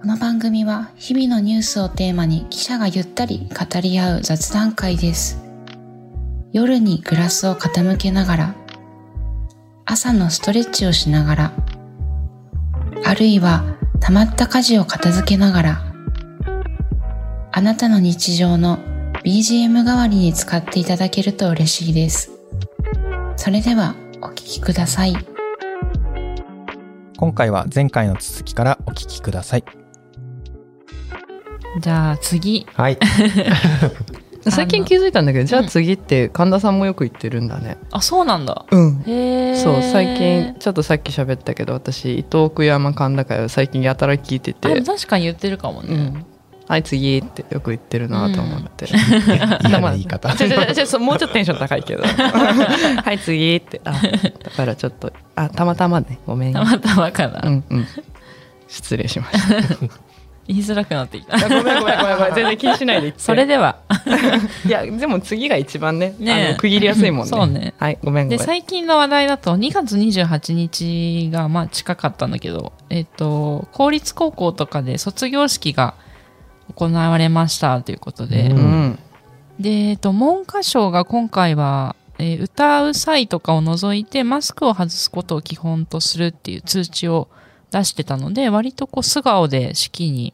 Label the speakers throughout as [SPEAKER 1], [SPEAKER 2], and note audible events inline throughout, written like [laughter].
[SPEAKER 1] この番組は日々のニュースをテーマに記者がゆったり語り合う雑談会です。夜にグラスを傾けながら、朝のストレッチをしながら、あるいは溜まった家事を片付けながら、あなたの日常の BGM 代わりに使っていただけると嬉しいです。それではお聴きください。
[SPEAKER 2] 今回は前回の続きからお聞きください。
[SPEAKER 3] じゃあ次
[SPEAKER 2] [laughs] はい。
[SPEAKER 4] 最近気づいたんだけどじゃあ次って神田さんもよく言ってるんだね
[SPEAKER 3] あそうなんだ
[SPEAKER 4] うん
[SPEAKER 3] へえ
[SPEAKER 4] そう最近ちょっとさっき喋ったけど私伊東久山神田会を最近やたら聞いて
[SPEAKER 3] あで
[SPEAKER 4] て
[SPEAKER 3] も確かに言ってるかも
[SPEAKER 4] う
[SPEAKER 3] ね、
[SPEAKER 4] んはい次ってよく言ってるなと思って、 [laughs]
[SPEAKER 2] 嫌な言い方。
[SPEAKER 4] ちょちょちょそうもうちょっとテンション高いけどはい次ってあだからちょっとあたまたまねごめん
[SPEAKER 3] たまたまかな、
[SPEAKER 4] うんうん失礼しまし
[SPEAKER 3] 言いづらくなって [laughs] きた
[SPEAKER 4] たごめんごめんごめんごめん全然気にしないで言って
[SPEAKER 3] それではい
[SPEAKER 4] やでも次が一番ね
[SPEAKER 3] ねえ
[SPEAKER 4] あの区切りやすいもんね
[SPEAKER 3] そうね
[SPEAKER 4] はいごめんごめ
[SPEAKER 3] で
[SPEAKER 4] ん
[SPEAKER 3] 最近の話題だと2月28日がまあ近かったんだけど、えっと公立高校とかで卒業式が行われましたということで、
[SPEAKER 2] うん
[SPEAKER 4] うん
[SPEAKER 3] で、えっと、文科省が今回は、えー歌う際とかを除いてマスクを外すことを基本とするっていう通知を出してたので割とこう素顔で式に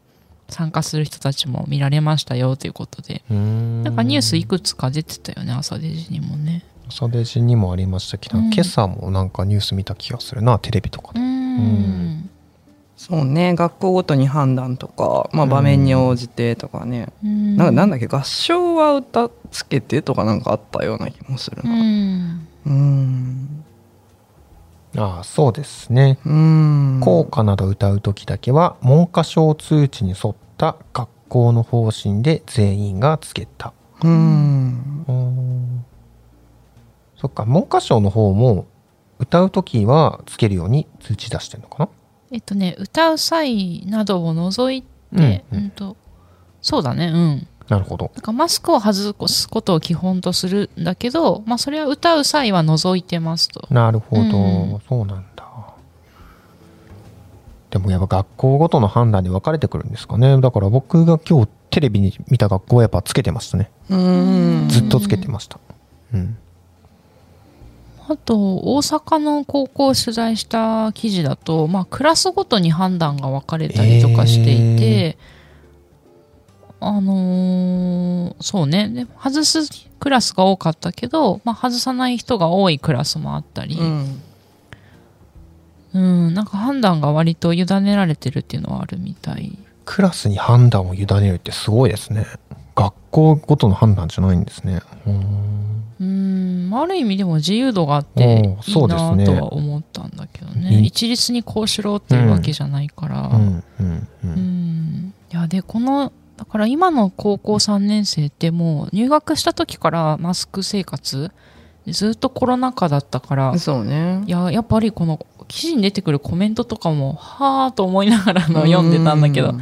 [SPEAKER 3] 参加する人たちも見られましたよということで
[SPEAKER 2] な
[SPEAKER 3] なんかニュースいくつか出てたよね朝デジにもね
[SPEAKER 2] 朝デジにもありましたけど、
[SPEAKER 3] うん
[SPEAKER 2] 今朝もなんかニュース見た気がするな、テレビとか
[SPEAKER 3] う
[SPEAKER 2] で。
[SPEAKER 3] ーん
[SPEAKER 4] そうね学校ごとに判断とか、まあ、場面に応じてとかね、
[SPEAKER 3] うん
[SPEAKER 4] なんかなんだっけ合唱は歌つけてとかなんかあったような気もする
[SPEAKER 3] う
[SPEAKER 4] な。
[SPEAKER 3] ん
[SPEAKER 4] うん
[SPEAKER 2] ああ、そうですね。
[SPEAKER 4] うん
[SPEAKER 2] 校歌など歌う時だけは文科省通知に沿った学校の方針で全員がつけた。
[SPEAKER 4] うん
[SPEAKER 2] うーんそっか、文科省の方も歌う時はつけるように通知出してるのか
[SPEAKER 3] えっとね歌う際などを除い
[SPEAKER 2] な
[SPEAKER 3] て、
[SPEAKER 2] う
[SPEAKER 3] うんん
[SPEAKER 2] うん。
[SPEAKER 3] とそうだねうん
[SPEAKER 2] なるほど。
[SPEAKER 3] なんかマスクを外すことを基本とするんだけど、まあ、それは歌う際は除いてますと。
[SPEAKER 2] なるほど、
[SPEAKER 3] うん
[SPEAKER 2] そうなんだでもやっぱ学校ごとの判断で分かれてくるんですかねだから僕が今日テレビに見た学校はやっぱつけてましたね
[SPEAKER 4] うん
[SPEAKER 2] ずっとつけてましたうん、
[SPEAKER 3] あと大阪の高校を取材した記事だと、まあ、クラスごとに判断が分かれたりとかしていて、あのーそうねで外すクラスが多かったけど、まあ、外さない人が多いクラスもあったり、
[SPEAKER 4] うん
[SPEAKER 3] うん、なんか判断が割と委ねられてるっていうのはあるみたい。
[SPEAKER 2] クラスに判断を委ねるってすごいですね学校ごとの判断じゃないんですねうーん
[SPEAKER 3] うんある意味でも自由度があって
[SPEAKER 2] おー
[SPEAKER 3] い
[SPEAKER 2] そ
[SPEAKER 3] いう
[SPEAKER 2] で
[SPEAKER 3] な
[SPEAKER 2] す
[SPEAKER 3] ぁ
[SPEAKER 2] ね
[SPEAKER 3] とは思ったんだけどね
[SPEAKER 2] うん
[SPEAKER 3] 一律にこうしろっていうわけじゃないから、
[SPEAKER 2] う
[SPEAKER 3] うん
[SPEAKER 2] んうんう
[SPEAKER 3] うんんいやでこのだから今の高校3年生ってもう入学した時からマスク生活ずっとコロナ禍だったから
[SPEAKER 4] そうね
[SPEAKER 3] いややっぱりこの記事に出てくるコメントとかもはあと思いながらの
[SPEAKER 4] うん
[SPEAKER 3] 読んでたんだけど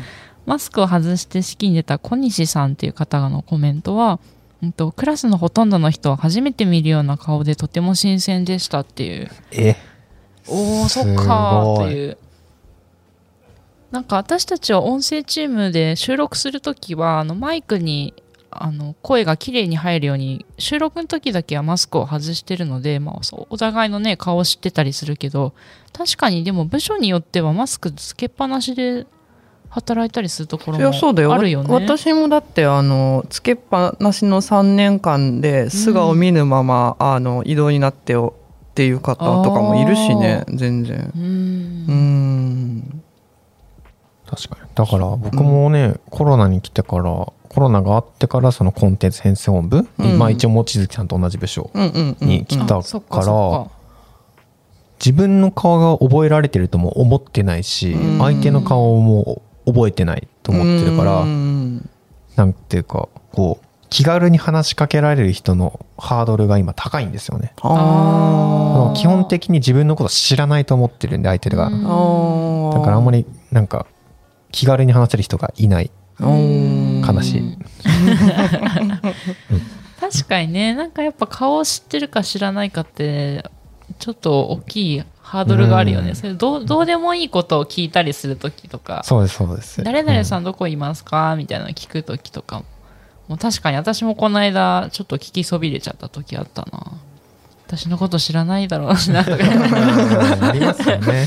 [SPEAKER 3] マスクを外して式に出た小西さんっていう方のコメントは、うんと、クラスのほとんどの人は初めて見るような顔でとても新鮮でしたっていう。
[SPEAKER 2] え
[SPEAKER 3] おー、
[SPEAKER 2] す
[SPEAKER 3] そ
[SPEAKER 2] ごい
[SPEAKER 3] っかーっていう。なんか私たちは音声チームで収録するときは、あのマイクにあの声が綺麗に入るように、収録の時だけはマスクを外してるので、まあ、そうお互いのね、顔を知ってたりするけど、確かにでも部署によってはマスクつけっぱなしで働いたりするところ
[SPEAKER 4] いやそうだよ
[SPEAKER 3] もあるよね。
[SPEAKER 4] 私もだってあのつけっぱなしの3年間で素顔見ぬまま、あの移動になってよっていう方とかもいるしね全然
[SPEAKER 3] うー
[SPEAKER 4] うんん
[SPEAKER 2] 確かにだから僕もね、コロナに来てからコロナがあってからそのコンテンツ編成本部に、
[SPEAKER 4] うん
[SPEAKER 2] まあ一応望月さんと同じ部署
[SPEAKER 4] うんうんうん
[SPEAKER 2] に来たから、
[SPEAKER 3] あそっかそ
[SPEAKER 2] 自分の顔が覚えられてるとも思ってないし、
[SPEAKER 4] うん
[SPEAKER 2] 相手の顔も覚えてないと思ってるから、
[SPEAKER 4] うん
[SPEAKER 2] なんていうかこう気軽に話しかけられる人のハードルが今高いんですよね。
[SPEAKER 3] あー
[SPEAKER 2] あの基本的に自分のこと知らないと思ってるんで相手が、
[SPEAKER 3] うん
[SPEAKER 4] あー
[SPEAKER 2] だからあんまりなんか気軽に話せる人がいない。
[SPEAKER 4] うーん
[SPEAKER 2] 悲しい
[SPEAKER 3] うん確かにねなんかやっぱ顔を知ってるか知らないかってちょっと大きいハードルがあるよね、
[SPEAKER 2] うん
[SPEAKER 3] それどうどうでもいいことを聞いたりする時とか
[SPEAKER 2] そうですそうです
[SPEAKER 3] 誰々さ
[SPEAKER 2] うん
[SPEAKER 3] どこいますかみたいなの聞く時とかももう確かに私もこの間ちょっと聞きそびれちゃった時あったな私のこと知らないだろうしなとか
[SPEAKER 2] んありますよ
[SPEAKER 3] [laughs]
[SPEAKER 2] ね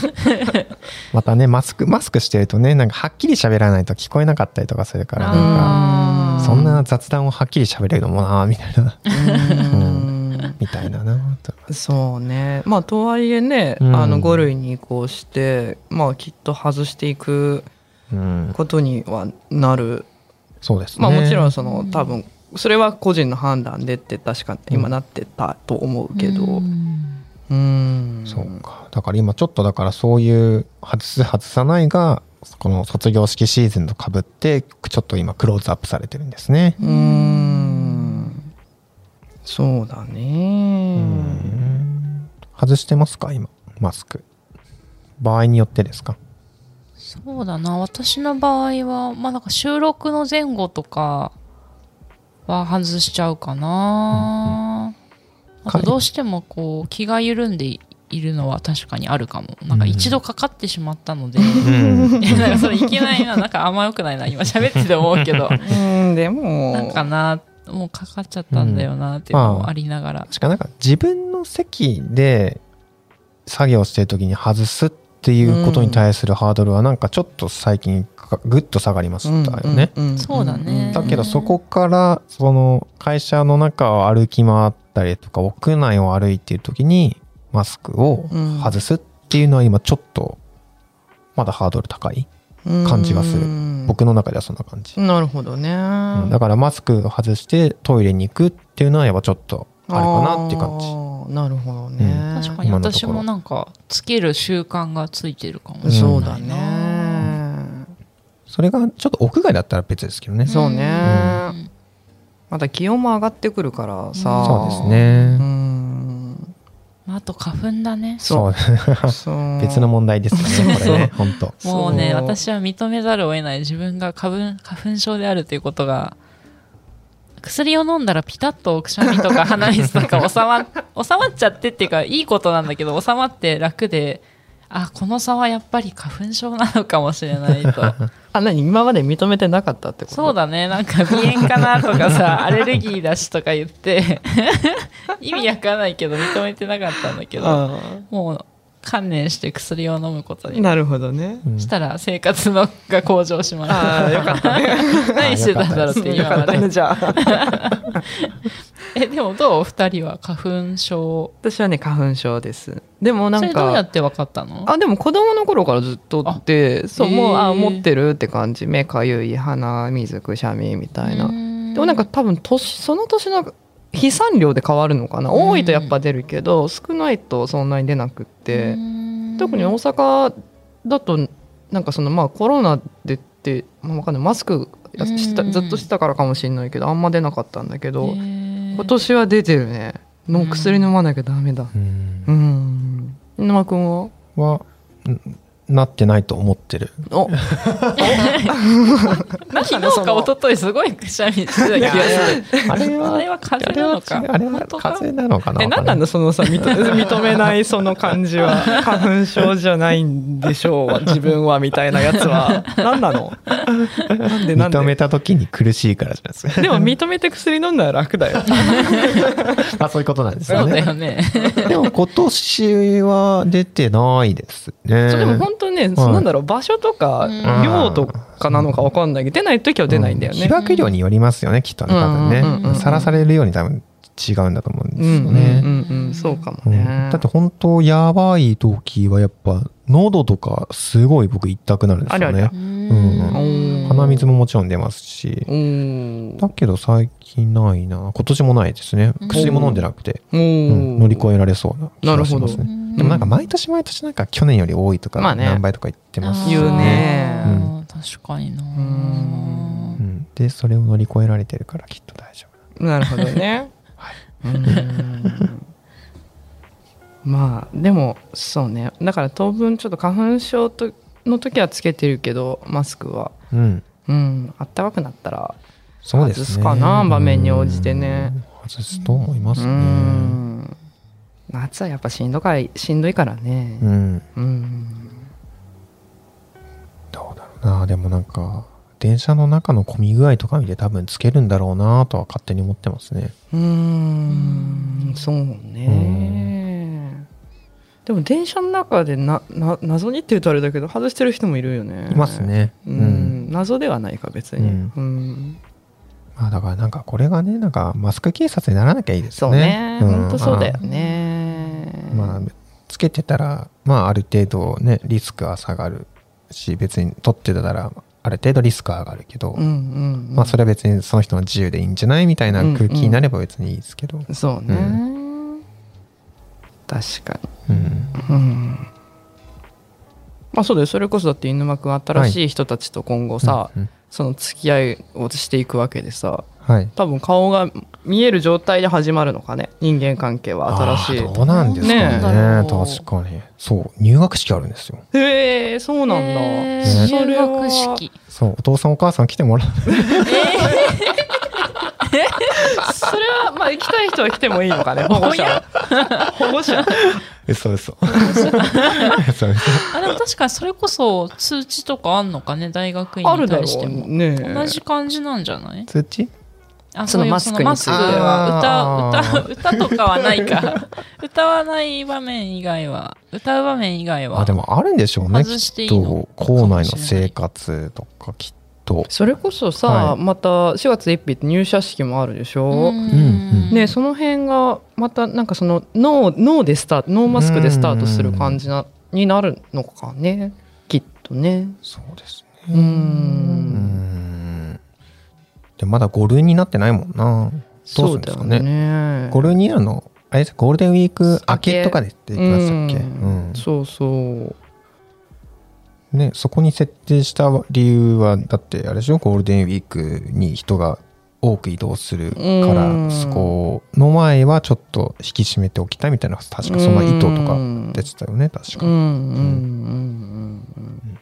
[SPEAKER 2] またねマスクマスクしてるとねなんかはっきり喋らないと聞こえなかったりとかするからなん
[SPEAKER 3] あ
[SPEAKER 2] か
[SPEAKER 3] ー
[SPEAKER 2] そんな雑談をはっきり喋れるのもなみたいな [laughs]
[SPEAKER 4] うん
[SPEAKER 2] みたいななと
[SPEAKER 4] そうねまあとはいえね、
[SPEAKER 2] うん
[SPEAKER 4] あの5類に移行してまあきっと外していく
[SPEAKER 2] うん
[SPEAKER 4] ことにはなる
[SPEAKER 2] そうですね
[SPEAKER 4] まあもちろんそ
[SPEAKER 3] うん
[SPEAKER 4] の多分それは個人の判断でって確か今なってたと思うけど
[SPEAKER 3] う
[SPEAKER 4] うんーん
[SPEAKER 2] そうかだから今ちょっとだからそういう外す外さないがこの卒業式シーズンとかぶってちょっと今クローズアップされてるんですね。
[SPEAKER 4] うーんそうだね
[SPEAKER 2] うん外してますか今マスク場合によってですか
[SPEAKER 3] そうだな私の場合はまあなんか収録の前後とかは外しちゃうかな、
[SPEAKER 2] うん
[SPEAKER 3] あとどうしてもこう気が緩んでいるのは確かにあるかもなんか一度かかってしまったので、
[SPEAKER 2] うん
[SPEAKER 3] いや [laughs] なんかそれいけないななんかあんま良くないな今喋ってて思
[SPEAKER 2] [laughs]
[SPEAKER 3] うけど
[SPEAKER 4] うんでも
[SPEAKER 3] なんかなもうかかっちゃったんだよなっていうのもありながら、
[SPEAKER 2] しかなんか自分の席で作業してる時に外すっていうことに対するハードルはなんかちょっと最近かぐっと下がりましたよね。
[SPEAKER 4] うんんん
[SPEAKER 3] そうだね
[SPEAKER 2] だけどそこからその会社の中を歩き回ったりとか屋内を歩いている時にマスクを外すっていうのは今ちょっとまだハードル高い感じがする
[SPEAKER 4] うん
[SPEAKER 2] 僕の中ではそんな感じ、
[SPEAKER 4] なるほどね
[SPEAKER 2] うんだからマスクを外してトイレに行くっていうのはやっぱちょっとあれかなっていう感じ
[SPEAKER 4] あーなるほどね
[SPEAKER 3] 確かに
[SPEAKER 2] 今のとこ
[SPEAKER 3] 私
[SPEAKER 2] ろ
[SPEAKER 3] もなんかつける習慣がついてるかも
[SPEAKER 2] ん
[SPEAKER 3] しれないな、
[SPEAKER 4] そうだね
[SPEAKER 2] それがちょっと屋外だったら別ですけどね、
[SPEAKER 4] そうね
[SPEAKER 3] うん
[SPEAKER 4] また気温も上がってくるからさ
[SPEAKER 2] そうです
[SPEAKER 4] う
[SPEAKER 2] ね、
[SPEAKER 4] ん
[SPEAKER 3] まあ、あと花粉だね
[SPEAKER 2] そう
[SPEAKER 4] そう
[SPEAKER 2] [laughs] 別の問題ですよねこれね本当
[SPEAKER 4] そう
[SPEAKER 3] もうね私は認めざるを得ない自分が花粉花粉症であるということが薬を飲んだらピタッとくしゃみと
[SPEAKER 4] [laughs]
[SPEAKER 3] か鼻水とか収ま収まっちゃってっていうかいいことなんだけど収まって楽であこの差はやっぱり花粉症なのかもしれないと
[SPEAKER 4] [laughs] あ何今まで認めてなかったってこと
[SPEAKER 3] そうだねなんか鼻炎かなとか
[SPEAKER 4] [laughs]
[SPEAKER 3] さアレルギーだしとか言って [laughs] 意味わかんないけど認めてなかったんだけど
[SPEAKER 4] あ
[SPEAKER 3] もう観念して薬を飲むこと
[SPEAKER 4] ー
[SPEAKER 3] に
[SPEAKER 4] なるほどね
[SPEAKER 3] したら生活のが向上しました
[SPEAKER 4] ああよかっ
[SPEAKER 3] [laughs]
[SPEAKER 4] たね
[SPEAKER 3] 何してたんだろうって
[SPEAKER 4] よ
[SPEAKER 3] 今
[SPEAKER 4] か
[SPEAKER 3] ま
[SPEAKER 4] った
[SPEAKER 3] で
[SPEAKER 4] ねじゃあ
[SPEAKER 3] えでもどうお二人は花粉症
[SPEAKER 4] [laughs] 私はね花粉症ですでもな
[SPEAKER 3] そ
[SPEAKER 4] ん
[SPEAKER 3] れどうや
[SPEAKER 4] か
[SPEAKER 3] って分かったの
[SPEAKER 4] あでも子供の頃からずっとってそうも
[SPEAKER 3] へ
[SPEAKER 4] う
[SPEAKER 3] ー
[SPEAKER 4] あ持ってるって感じ目かゆい鼻水くしゃみみたいなでもなんか多分年その年の飛散量で変わるのかな、
[SPEAKER 3] うん
[SPEAKER 4] 多いとやっぱ出るけど少ないとそんなに出なくって、特に大阪だとなんかそのまあコロナでって、まあ、わかんないマスクやした
[SPEAKER 3] うん
[SPEAKER 4] ずっとしてたからかもしれないけどあんま出なかったんだけど、今
[SPEAKER 3] 今
[SPEAKER 4] 年は出てるねもう薬飲まなきゃダメだ
[SPEAKER 2] うん
[SPEAKER 4] うん沼君は
[SPEAKER 2] はんなってないと思
[SPEAKER 4] [laughs]
[SPEAKER 2] ってる
[SPEAKER 4] お
[SPEAKER 3] 昨日か一昨日すごいくしゃみしてた気がする
[SPEAKER 2] あれは
[SPEAKER 3] あれは風邪なのか
[SPEAKER 2] あれは
[SPEAKER 3] 本当か
[SPEAKER 2] 風邪なのかな
[SPEAKER 4] え何なのそのさ認め [laughs] 認めないその感じ
[SPEAKER 2] [laughs]
[SPEAKER 4] は花粉症じゃないんでしょう自分はみたいなや
[SPEAKER 2] [laughs]
[SPEAKER 4] つは何なのなんでなんで
[SPEAKER 2] 認めた時に苦しいからじゃない [laughs] です
[SPEAKER 4] でも認めて薬飲んだら楽だよ
[SPEAKER 2] かあそういうことなんです
[SPEAKER 3] そ
[SPEAKER 2] よ
[SPEAKER 3] うだよ
[SPEAKER 2] ね
[SPEAKER 3] ね
[SPEAKER 2] でも今年は出てないですね
[SPEAKER 4] そうでも本当ね、そなんだろう場所とか
[SPEAKER 3] うん
[SPEAKER 4] 量とかなのか分かんないけど出ない時は出ないんだよ
[SPEAKER 2] う被
[SPEAKER 4] ね、
[SPEAKER 2] 爆量によりますよねきっとね多分
[SPEAKER 4] うんうんうんうん
[SPEAKER 2] ねさらされるように多分違うんだと思うんで
[SPEAKER 4] うん
[SPEAKER 2] す
[SPEAKER 4] う
[SPEAKER 2] よ
[SPEAKER 4] ん
[SPEAKER 2] ね、
[SPEAKER 4] うんうんそうかも
[SPEAKER 2] うん
[SPEAKER 4] ね、
[SPEAKER 2] だって本当やばい時はやっぱ喉とかすごい僕痛くなるんですよ
[SPEAKER 4] あり
[SPEAKER 2] ね
[SPEAKER 4] ゃ
[SPEAKER 3] うん
[SPEAKER 2] 鼻水ももちろん出ますし
[SPEAKER 4] おー
[SPEAKER 2] だけど最近ないな今年もないですね薬も飲んでなくて、
[SPEAKER 4] お
[SPEAKER 2] うん
[SPEAKER 4] ー
[SPEAKER 2] 乗り越えられそうな気がします
[SPEAKER 4] な
[SPEAKER 2] ねでもなんか毎年毎年なんか去年より多いとか、
[SPEAKER 4] まあね
[SPEAKER 2] 何倍とか言ってます
[SPEAKER 4] 言うね
[SPEAKER 3] あー確かにな
[SPEAKER 4] うん
[SPEAKER 2] うん、でそれを乗り越えられてるからきっと大丈夫
[SPEAKER 4] なるほど
[SPEAKER 2] [laughs]
[SPEAKER 4] ね。うーんまあでもそうねだから当分ちょっと花粉症との時はつけてるけどマスクは
[SPEAKER 2] うん
[SPEAKER 4] うんあったかくなったら
[SPEAKER 2] そうですね
[SPEAKER 4] 外すかな場面に応じてね
[SPEAKER 2] うん外すと思います
[SPEAKER 4] う
[SPEAKER 2] ね
[SPEAKER 4] ん夏はやっぱしんどかいしんどいからね
[SPEAKER 2] うん
[SPEAKER 4] うん、
[SPEAKER 2] どうだろうなでもなんか電車の中の混み具合とか見て多分つけるんだろうなとは勝手に思ってますね
[SPEAKER 4] うーん、そうねでも電車の中でなな謎にって言うとあれだけど外してる人もいるよね
[SPEAKER 2] いますね
[SPEAKER 4] う、
[SPEAKER 2] うんん、
[SPEAKER 4] 謎ではないか別に、
[SPEAKER 2] うん
[SPEAKER 4] うん
[SPEAKER 2] まあだからなんかこれがねなんかマスク警察にならなきゃいいです
[SPEAKER 4] そ
[SPEAKER 2] よ
[SPEAKER 4] う
[SPEAKER 2] ね
[SPEAKER 4] ねほ
[SPEAKER 2] ん
[SPEAKER 4] ん、本当そうだよね
[SPEAKER 2] まあつけてたらまあある程度ねリスクは下がるし別に取ってたらある程度リスクは上がるけど、
[SPEAKER 4] うんうんうん
[SPEAKER 2] まあそれは別にその人の自由でいいんじゃないみたいな空気になれば別にいいですけど、
[SPEAKER 4] そうね、
[SPEAKER 2] う
[SPEAKER 4] 確か
[SPEAKER 2] うん
[SPEAKER 4] にうんまあそうだよそれこそだって犬間くん新しい人たちと今後さ、
[SPEAKER 2] うんうん
[SPEAKER 4] その付き合いをしていくわけでさ
[SPEAKER 2] はい
[SPEAKER 4] 多分顔が見える状態で始まるのかね人間関係は新し
[SPEAKER 2] あーどうなんですかね
[SPEAKER 4] ねえ
[SPEAKER 2] 確かにそう入学式あるんですよ
[SPEAKER 4] いへえそうなんだ、
[SPEAKER 3] え
[SPEAKER 2] ね
[SPEAKER 3] ー
[SPEAKER 4] そ
[SPEAKER 3] 入
[SPEAKER 4] れは
[SPEAKER 3] 学式。
[SPEAKER 2] そうお父さんお母さん来てもらう
[SPEAKER 4] それはまあ行きたい人は来てもいいの
[SPEAKER 2] [laughs]
[SPEAKER 4] かね保護者は保護者
[SPEAKER 2] 嘘嘘嘘嘘
[SPEAKER 3] あでも確かにそれこそ通知とかあんのかね大学院
[SPEAKER 4] [laughs] ある
[SPEAKER 3] に
[SPEAKER 4] だろ
[SPEAKER 3] 対して
[SPEAKER 4] う
[SPEAKER 3] も。
[SPEAKER 4] ね
[SPEAKER 3] 同じ感じなんじゃない
[SPEAKER 2] 通知
[SPEAKER 3] あ
[SPEAKER 4] その
[SPEAKER 3] ういう
[SPEAKER 4] マスクに
[SPEAKER 3] マスク
[SPEAKER 2] あ
[SPEAKER 3] では
[SPEAKER 2] ー
[SPEAKER 3] 歌歌歌とかはないか [laughs] 歌わない場面以外は歌う場面以外は
[SPEAKER 2] あでもあるんでしょうね
[SPEAKER 3] 外していい
[SPEAKER 2] きっ
[SPEAKER 3] の
[SPEAKER 2] と校内の生活とかきっと
[SPEAKER 4] それこそさ、
[SPEAKER 2] はい
[SPEAKER 4] また4月1日って入社式もあるでしょ、
[SPEAKER 3] う
[SPEAKER 2] うん
[SPEAKER 4] ね、その辺がまたなんかそのノーノーでスタートノーマスクでスタートする感じなになるのかねきっとね
[SPEAKER 2] そうですねう
[SPEAKER 4] う
[SPEAKER 2] ー
[SPEAKER 4] ん
[SPEAKER 2] んでまだ5類になってないもんなどう
[SPEAKER 4] そ
[SPEAKER 2] する
[SPEAKER 4] う
[SPEAKER 2] んで
[SPEAKER 4] だ
[SPEAKER 2] す
[SPEAKER 4] よ
[SPEAKER 2] かね
[SPEAKER 4] ね
[SPEAKER 2] 5類になるのあれですゴールデンウィーク明けとかでって言ってましたっけ
[SPEAKER 4] うん
[SPEAKER 2] うん
[SPEAKER 4] そうそう
[SPEAKER 2] ね、そこに設定した理由はだってあれでしょゴールデンウィークに人が多く移動するか
[SPEAKER 4] う
[SPEAKER 2] ら
[SPEAKER 4] ん
[SPEAKER 2] そこの前はちょっと引き締めておきたいみたいな確かそんな意図とか出てたよね確
[SPEAKER 4] う
[SPEAKER 2] か
[SPEAKER 4] んうんうんうんうん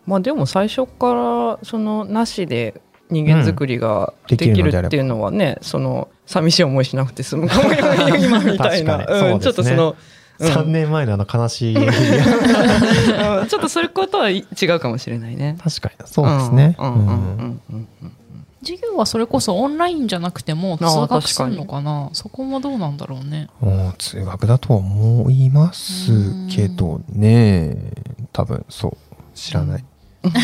[SPEAKER 4] まあでも最初からそのなしで人間作りが
[SPEAKER 2] うん
[SPEAKER 4] でき
[SPEAKER 2] できるの
[SPEAKER 4] る
[SPEAKER 2] であれば
[SPEAKER 4] っていうのはね、その寂しい思いしなくて済むかもよ今みたいな、
[SPEAKER 2] 確かにそうですね
[SPEAKER 4] うんちょっとその、うん
[SPEAKER 2] 3年前のあの悲しい確
[SPEAKER 4] うん [laughs] ちょっとそれことは違うかもしれないね。
[SPEAKER 2] かにそうですね
[SPEAKER 4] うんうんう
[SPEAKER 2] うん
[SPEAKER 4] んうんうん
[SPEAKER 3] 授業はそれこそオンラインじゃなくても通
[SPEAKER 4] あー
[SPEAKER 3] 学するの
[SPEAKER 4] 確
[SPEAKER 3] かなそこもどうなんだろうね
[SPEAKER 2] もう通学だとは思いますけどね多分そう知らない [laughs] 確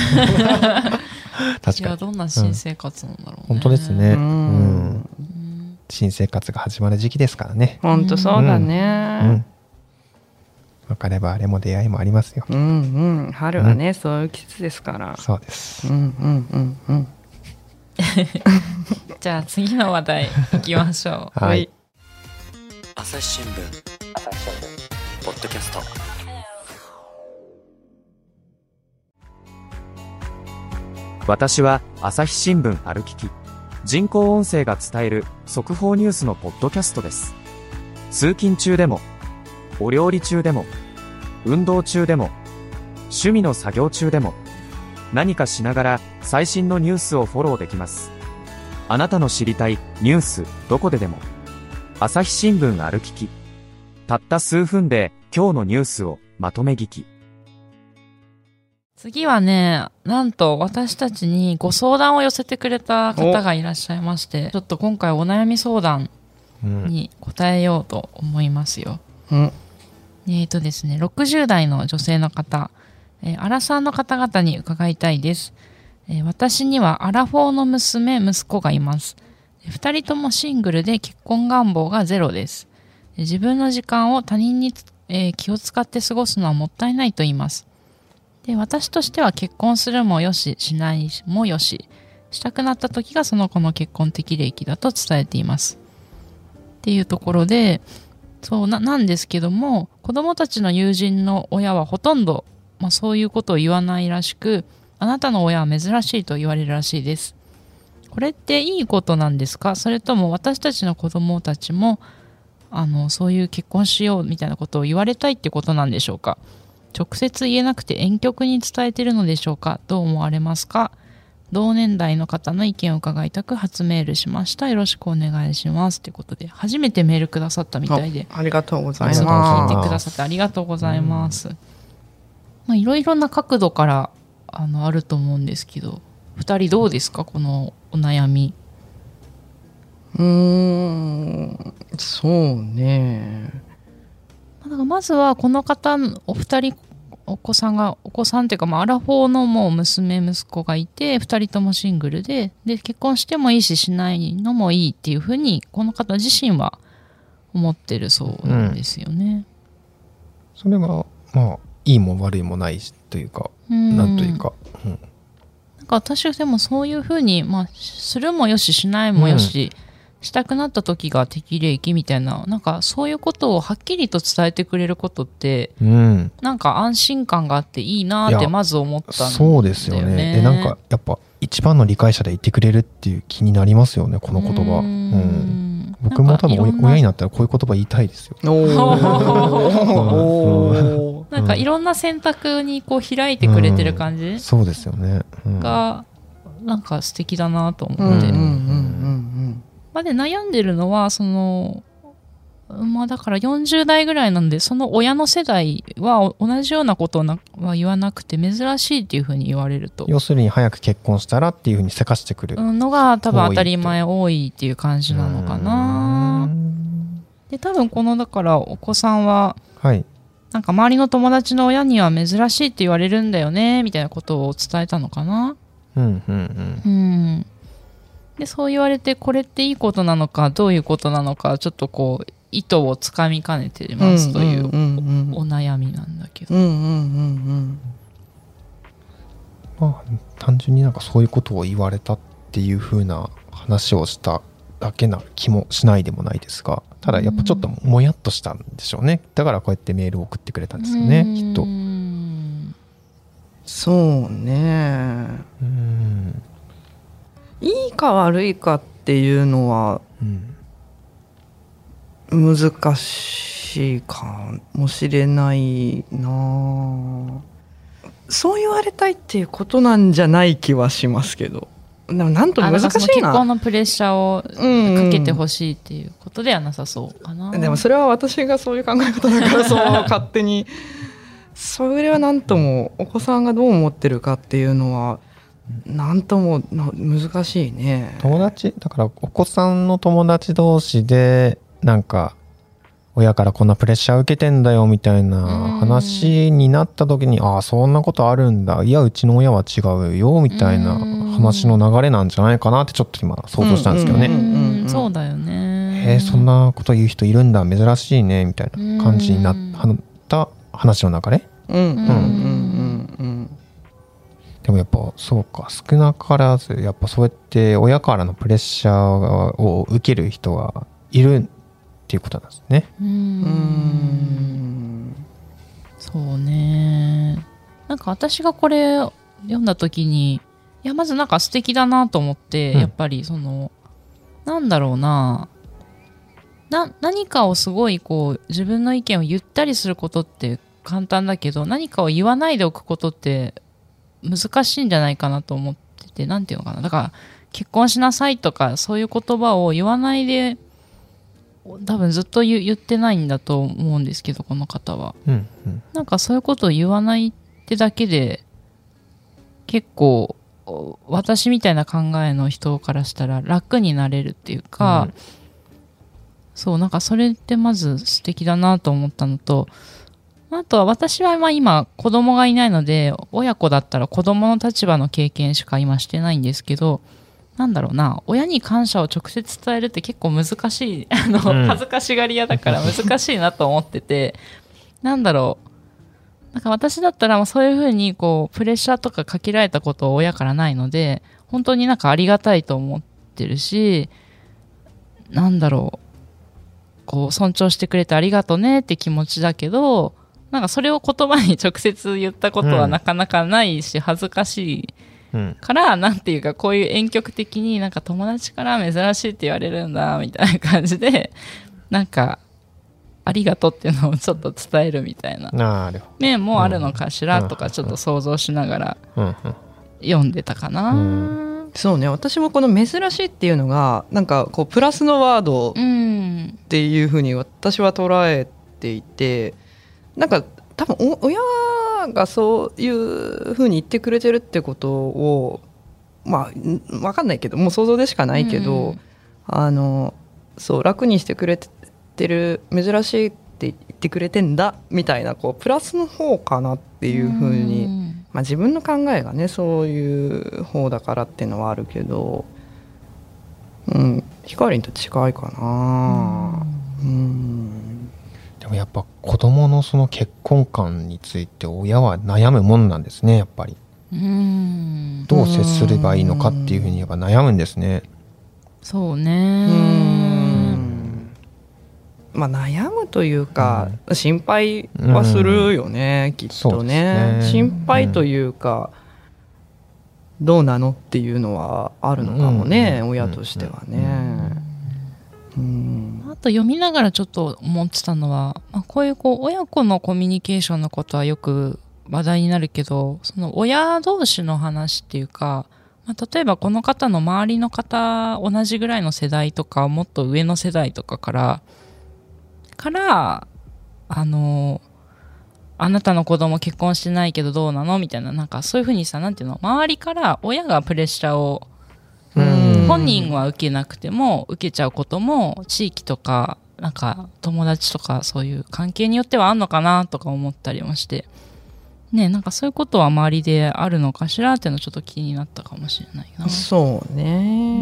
[SPEAKER 3] い
[SPEAKER 2] か
[SPEAKER 3] や
[SPEAKER 2] に
[SPEAKER 3] どんな新生活なんだろうね、
[SPEAKER 2] 本当ですね
[SPEAKER 4] う
[SPEAKER 2] うん
[SPEAKER 4] ん
[SPEAKER 3] うん
[SPEAKER 2] 新生活が始まる時期ですからね。
[SPEAKER 4] ほんとそうだ
[SPEAKER 2] う
[SPEAKER 4] ね
[SPEAKER 2] ん。。別ればあれも出会いもありますよ。
[SPEAKER 4] うんうん春はね、そういう季節ですから。
[SPEAKER 2] そうで
[SPEAKER 4] う
[SPEAKER 2] す
[SPEAKER 4] ん。うんうんうん。
[SPEAKER 3] じゃあ次の話題いきましょ
[SPEAKER 2] [laughs]
[SPEAKER 3] う
[SPEAKER 2] はい。
[SPEAKER 5] 朝日新聞ポッドキャスト
[SPEAKER 6] 私は朝日新聞歩きき人工音声が伝える速報ニュースのポッドキャストです通勤中でもお料理中でも運動中でも趣味の作業中でも何かしながら最新のニュースをフォローできますあなたの知りたいニュースどこででも朝日新聞歩ききたった数分で今日のニュースをまとめ聞き
[SPEAKER 3] 次はねなんと私たちにご相談を寄せてくれた方がいらっしゃいましてちょっと今回お悩み相談
[SPEAKER 2] うん
[SPEAKER 3] に答えようと思いますよ
[SPEAKER 4] うん
[SPEAKER 3] えーとですね、60代の女性の方、えーアラサーの方々に伺いたいです。えー私にはアラフォーの娘、息子がいます。二人ともシングルで結婚願望がゼロです。えー自分の時間を他人に、えー気を使って過ごすのはもったいないと言います。で私としては結婚するもよし、しないもよし、したくなった時がその子の結婚適齢期だと伝えています。っていうところで、そうななんですけども子供たちの友人の親はほとんど、まあ、そういうことを言わないらしくあなたの親は珍しいと言われるらしいですこれっていいことなんですかそれとも私たちの子供たちもあのそういう結婚しようみたいなことを言われたいってことなんでしょうか直接言えなくて婉曲に伝えてるのでしょうかどう思われますか同年代の方の意見を伺いたく初メールしましたよろしくお願いしますということで初めてメールくださったみたいで
[SPEAKER 4] ありがとうござ
[SPEAKER 2] あり
[SPEAKER 4] い
[SPEAKER 2] がとうござい
[SPEAKER 4] ま
[SPEAKER 2] ます
[SPEAKER 3] 来てくださってありがとうございますまあいろいろな角度からあのあると思うんですけど2人どうですかこのお悩み
[SPEAKER 4] うーんそうね
[SPEAKER 3] まあだからまずはこの方のお二人お子さんがお子さんっていうかまあアラフォーのもう娘息子がいて二人ともシングルでで結婚してもいいししないのもいいっていうふうにこの方自身は思ってるそうなんですよね。
[SPEAKER 2] それがまあいいも悪いもないしというか、
[SPEAKER 3] うん
[SPEAKER 2] なんというか、うん
[SPEAKER 3] なんか私はでもそういうふうに、まあ、するもよししないもよし、したくなった時が適齢期みたいななんかそういうことをはっきりと伝えてくれることって
[SPEAKER 2] うん、
[SPEAKER 3] なんか安心感があっていいなーっ
[SPEAKER 2] い
[SPEAKER 3] て
[SPEAKER 2] や
[SPEAKER 3] まず思ったん
[SPEAKER 2] そうですよね
[SPEAKER 3] だよね
[SPEAKER 2] でなんかやっぱ一番の理解者でいてくれるっていう気になりますよねこの言葉
[SPEAKER 3] うー
[SPEAKER 2] う
[SPEAKER 3] ん
[SPEAKER 2] ん僕も多分
[SPEAKER 3] なんかいろんな
[SPEAKER 2] 親になったらこういう言葉言いたいですよ
[SPEAKER 4] おお
[SPEAKER 3] なんかいろんな選択にこう開いてくれてる感じ
[SPEAKER 2] そうですよね、うん、
[SPEAKER 3] がなんか素敵だなと思って、
[SPEAKER 4] うんうんうんうんう
[SPEAKER 2] うん
[SPEAKER 4] ん
[SPEAKER 3] まあ、で悩んでるのはそのまあだから40代ぐらいなんでその親の世代はお同じようなことをなは言わなくて珍しいっていうふうに言われると。
[SPEAKER 2] 要するに早く結婚したらっていうふうにせかしてくる、
[SPEAKER 3] うんのが多分当たり前多いっていう感じなのかな
[SPEAKER 2] う。ん
[SPEAKER 3] で多分このだからお子さんは
[SPEAKER 2] はい
[SPEAKER 3] なんか周りの友達の親には珍しいって言われるんだよねみたいなことを伝えたのかな。
[SPEAKER 2] うんうんうん
[SPEAKER 3] うん、でそう言われてこれっていいことなのかどういうことなのかちょっとこう意図をつかみかねてますという
[SPEAKER 4] うんうん
[SPEAKER 3] お悩みなんだけど、
[SPEAKER 4] うんうん
[SPEAKER 2] まあ単純になんかそういうことを言われたっていうふうな話をしただけな気もしないでもないですがただやっぱちょっともやっとしたんでしょうねだからこうやってメールを送ってくれたんですよね
[SPEAKER 3] うん
[SPEAKER 2] きっと
[SPEAKER 4] そうね
[SPEAKER 2] うん
[SPEAKER 4] いいか悪いかっていうのは
[SPEAKER 2] うん
[SPEAKER 4] 難しいかもしれないなあそう言われたいっていうことなんじゃない気はしますけどでもなんと
[SPEAKER 3] あだ
[SPEAKER 4] 難
[SPEAKER 3] からその
[SPEAKER 4] しい
[SPEAKER 3] 結
[SPEAKER 4] な
[SPEAKER 3] 婚のプレッシャーを
[SPEAKER 4] か
[SPEAKER 3] かけて
[SPEAKER 4] し
[SPEAKER 3] ほしいっていうことではなさそうかな、
[SPEAKER 4] でもそれは私がそういう考え方だからそう勝手 [laughs] にそれは何ともお子さんがどう思ってるかっていうのは何ともな難しいね。
[SPEAKER 2] 友達だからお子さんの友達同士でなんか親からこんなプレッシャー受けてんだよみたいな話になった時にああそんなことあるんだいやうちの親は違うよみたいな
[SPEAKER 3] うん
[SPEAKER 2] 話の流れなんじゃないかなってちょっと今想像したんですけど
[SPEAKER 3] う
[SPEAKER 2] ね。
[SPEAKER 3] ん
[SPEAKER 4] うんうん
[SPEAKER 3] そうだよね
[SPEAKER 2] へえそんなこと言う人いるんだ珍しいねみたいな感じにな
[SPEAKER 3] うん
[SPEAKER 2] った話の流れ
[SPEAKER 4] うんうんうん
[SPEAKER 2] でもやっぱそうか少なからずやっぱそうやって親からのプレッシャーを受ける人がいるっていうことなんですね。
[SPEAKER 3] う
[SPEAKER 4] うんうん
[SPEAKER 3] んそうねなんか私がこれ読んだ時にいやまずなんか素敵だなと思って、
[SPEAKER 2] うん
[SPEAKER 3] やっぱりそのなんだろうなな何かをすごいこう自分の意見を言ったりすることって簡単だけど何かを言わないでおくことって難しいんじゃないかなと思っててなんていうのかなだから結婚しなさいとかそういう言葉を言わないで多分ずっと言言ってないんだと思うんですけどこの方は。
[SPEAKER 2] うんうん
[SPEAKER 3] なんかそういうことを言わないってだけで結構お私みたいな考えの人からしたら楽になれるっていうか、
[SPEAKER 2] うん
[SPEAKER 3] そうなんかそれってまず素敵だなと思ったのとあとは私はまあ今子供がいないので親子だったら子供の立場の経験しか今してないんですけどなんだろうな親に感謝を直接伝えるって結構難しいあの、
[SPEAKER 2] うん
[SPEAKER 3] 恥ずかしがり屋だから難しいなと思っててなんだろうなんか私だったらまあそういうふうにこうプレッシャーとかかけられたことを親からないので本当になんかありがたいと思ってるしなんだろうこう尊重してくれてありがとねって気持ちだけどなんかそれを言葉に直接言ったことは
[SPEAKER 2] うん
[SPEAKER 3] なかなかないし恥ずかしい
[SPEAKER 2] うん
[SPEAKER 3] からなんていうかこういう遠曲的になんか友達から珍しいって言われるんだみたいな感じで [laughs] なんかありがとうっていうのをちょっと伝えるみたいな
[SPEAKER 2] なるほ
[SPEAKER 3] 面もあるのかしら
[SPEAKER 2] うん
[SPEAKER 3] とかちょっと想像しながら
[SPEAKER 2] ど。うんうん
[SPEAKER 3] 読んでたかな。
[SPEAKER 2] う
[SPEAKER 4] そうね私もこの「珍しい」っていうのがなんかこうプラスのワード
[SPEAKER 3] うん
[SPEAKER 4] っていうふうに私は捉えていてなんか多分お親がそういうふうに言ってくれてるってことをまあんわかんないけどもう想像でしかないけ
[SPEAKER 3] う
[SPEAKER 4] ど、
[SPEAKER 3] ん
[SPEAKER 4] あのそう楽にしてくれてる珍しいって言ってくれてんだみたいなこうプラスの方かなっていうふうに、
[SPEAKER 3] ん
[SPEAKER 4] まあ、自分の考えがねそういう方だからっていうのはあるけど、うん、光と近いかな。うん
[SPEAKER 2] でもやっぱ子供のその結婚観について親は悩むもんなんですねやっぱり
[SPEAKER 3] うん
[SPEAKER 2] どう接すればいいのかっていうふうにやっぱ悩むんですね
[SPEAKER 3] そう
[SPEAKER 4] う
[SPEAKER 3] ね
[SPEAKER 4] んまあ、悩むというか、心配はするよね、きっ
[SPEAKER 2] そ
[SPEAKER 4] と
[SPEAKER 2] う
[SPEAKER 4] ね
[SPEAKER 2] ですね
[SPEAKER 4] 心配というか、どうなのっていうのはあるのかもね、
[SPEAKER 2] うん
[SPEAKER 4] 親としてはね。うん
[SPEAKER 3] あと読みながらちょっと思ってたのは、まあ、こういうこう親子のコミュニケーションのことはよく話題になるけどその親同士の話っていうか、まあ、例えばこの方の周りの方同じぐらいの世代とかもっと上の世代とかからからあのあなたの子供結婚してないけどどうなのみたいななんかそういうふうにさなんていうの周りから親がプレッシャーを
[SPEAKER 4] うん
[SPEAKER 3] 本人は受けなくても受けちゃうことも地域とかなんか友達とかそういう関係によってはあんのかなとか思ったりもしてねえなんかそういうことは周りであるのかしらっていうのちょっと気になったかもしれないなプ
[SPEAKER 4] そうね。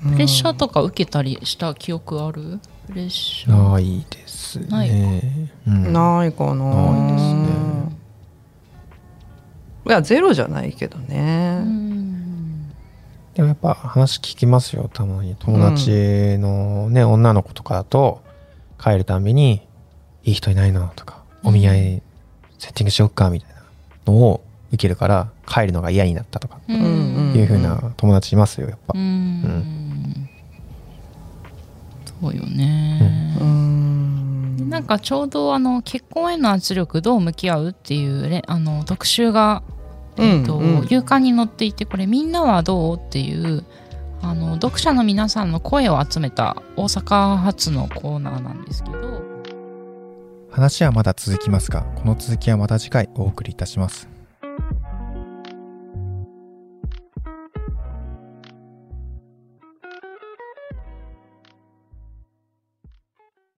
[SPEAKER 4] プ
[SPEAKER 3] レッシャーと
[SPEAKER 4] と
[SPEAKER 3] か受けたりした記憶あるプレッシャー
[SPEAKER 2] ないです
[SPEAKER 3] ない
[SPEAKER 2] ねうん
[SPEAKER 4] ないかな。
[SPEAKER 2] ないですね
[SPEAKER 4] いやゼロじゃないけどね。
[SPEAKER 3] うん
[SPEAKER 2] でもやっぱ話聞きますよたまに友達のね、女の子とかだと帰るたんびに「いい人いないな」とか「お見合いセッティングしよっか」みたいなのを受けるから帰るのが嫌になったとか
[SPEAKER 3] うん
[SPEAKER 4] うん
[SPEAKER 2] いうふうな友達いますよやっぱ
[SPEAKER 3] う。んそうよね、
[SPEAKER 4] うん。
[SPEAKER 3] なんかちょうどあの結婚への圧力どう向き合うっていうれあの特集が、えーと
[SPEAKER 4] うんうん
[SPEAKER 3] 夕刊に載っていてこれ「みんなはどう?」っていうあの読者の皆さんの声を集めた大阪発のコーナーなんですけど。
[SPEAKER 2] 話はまだ続きますがこの続きはまた次回お送りいたします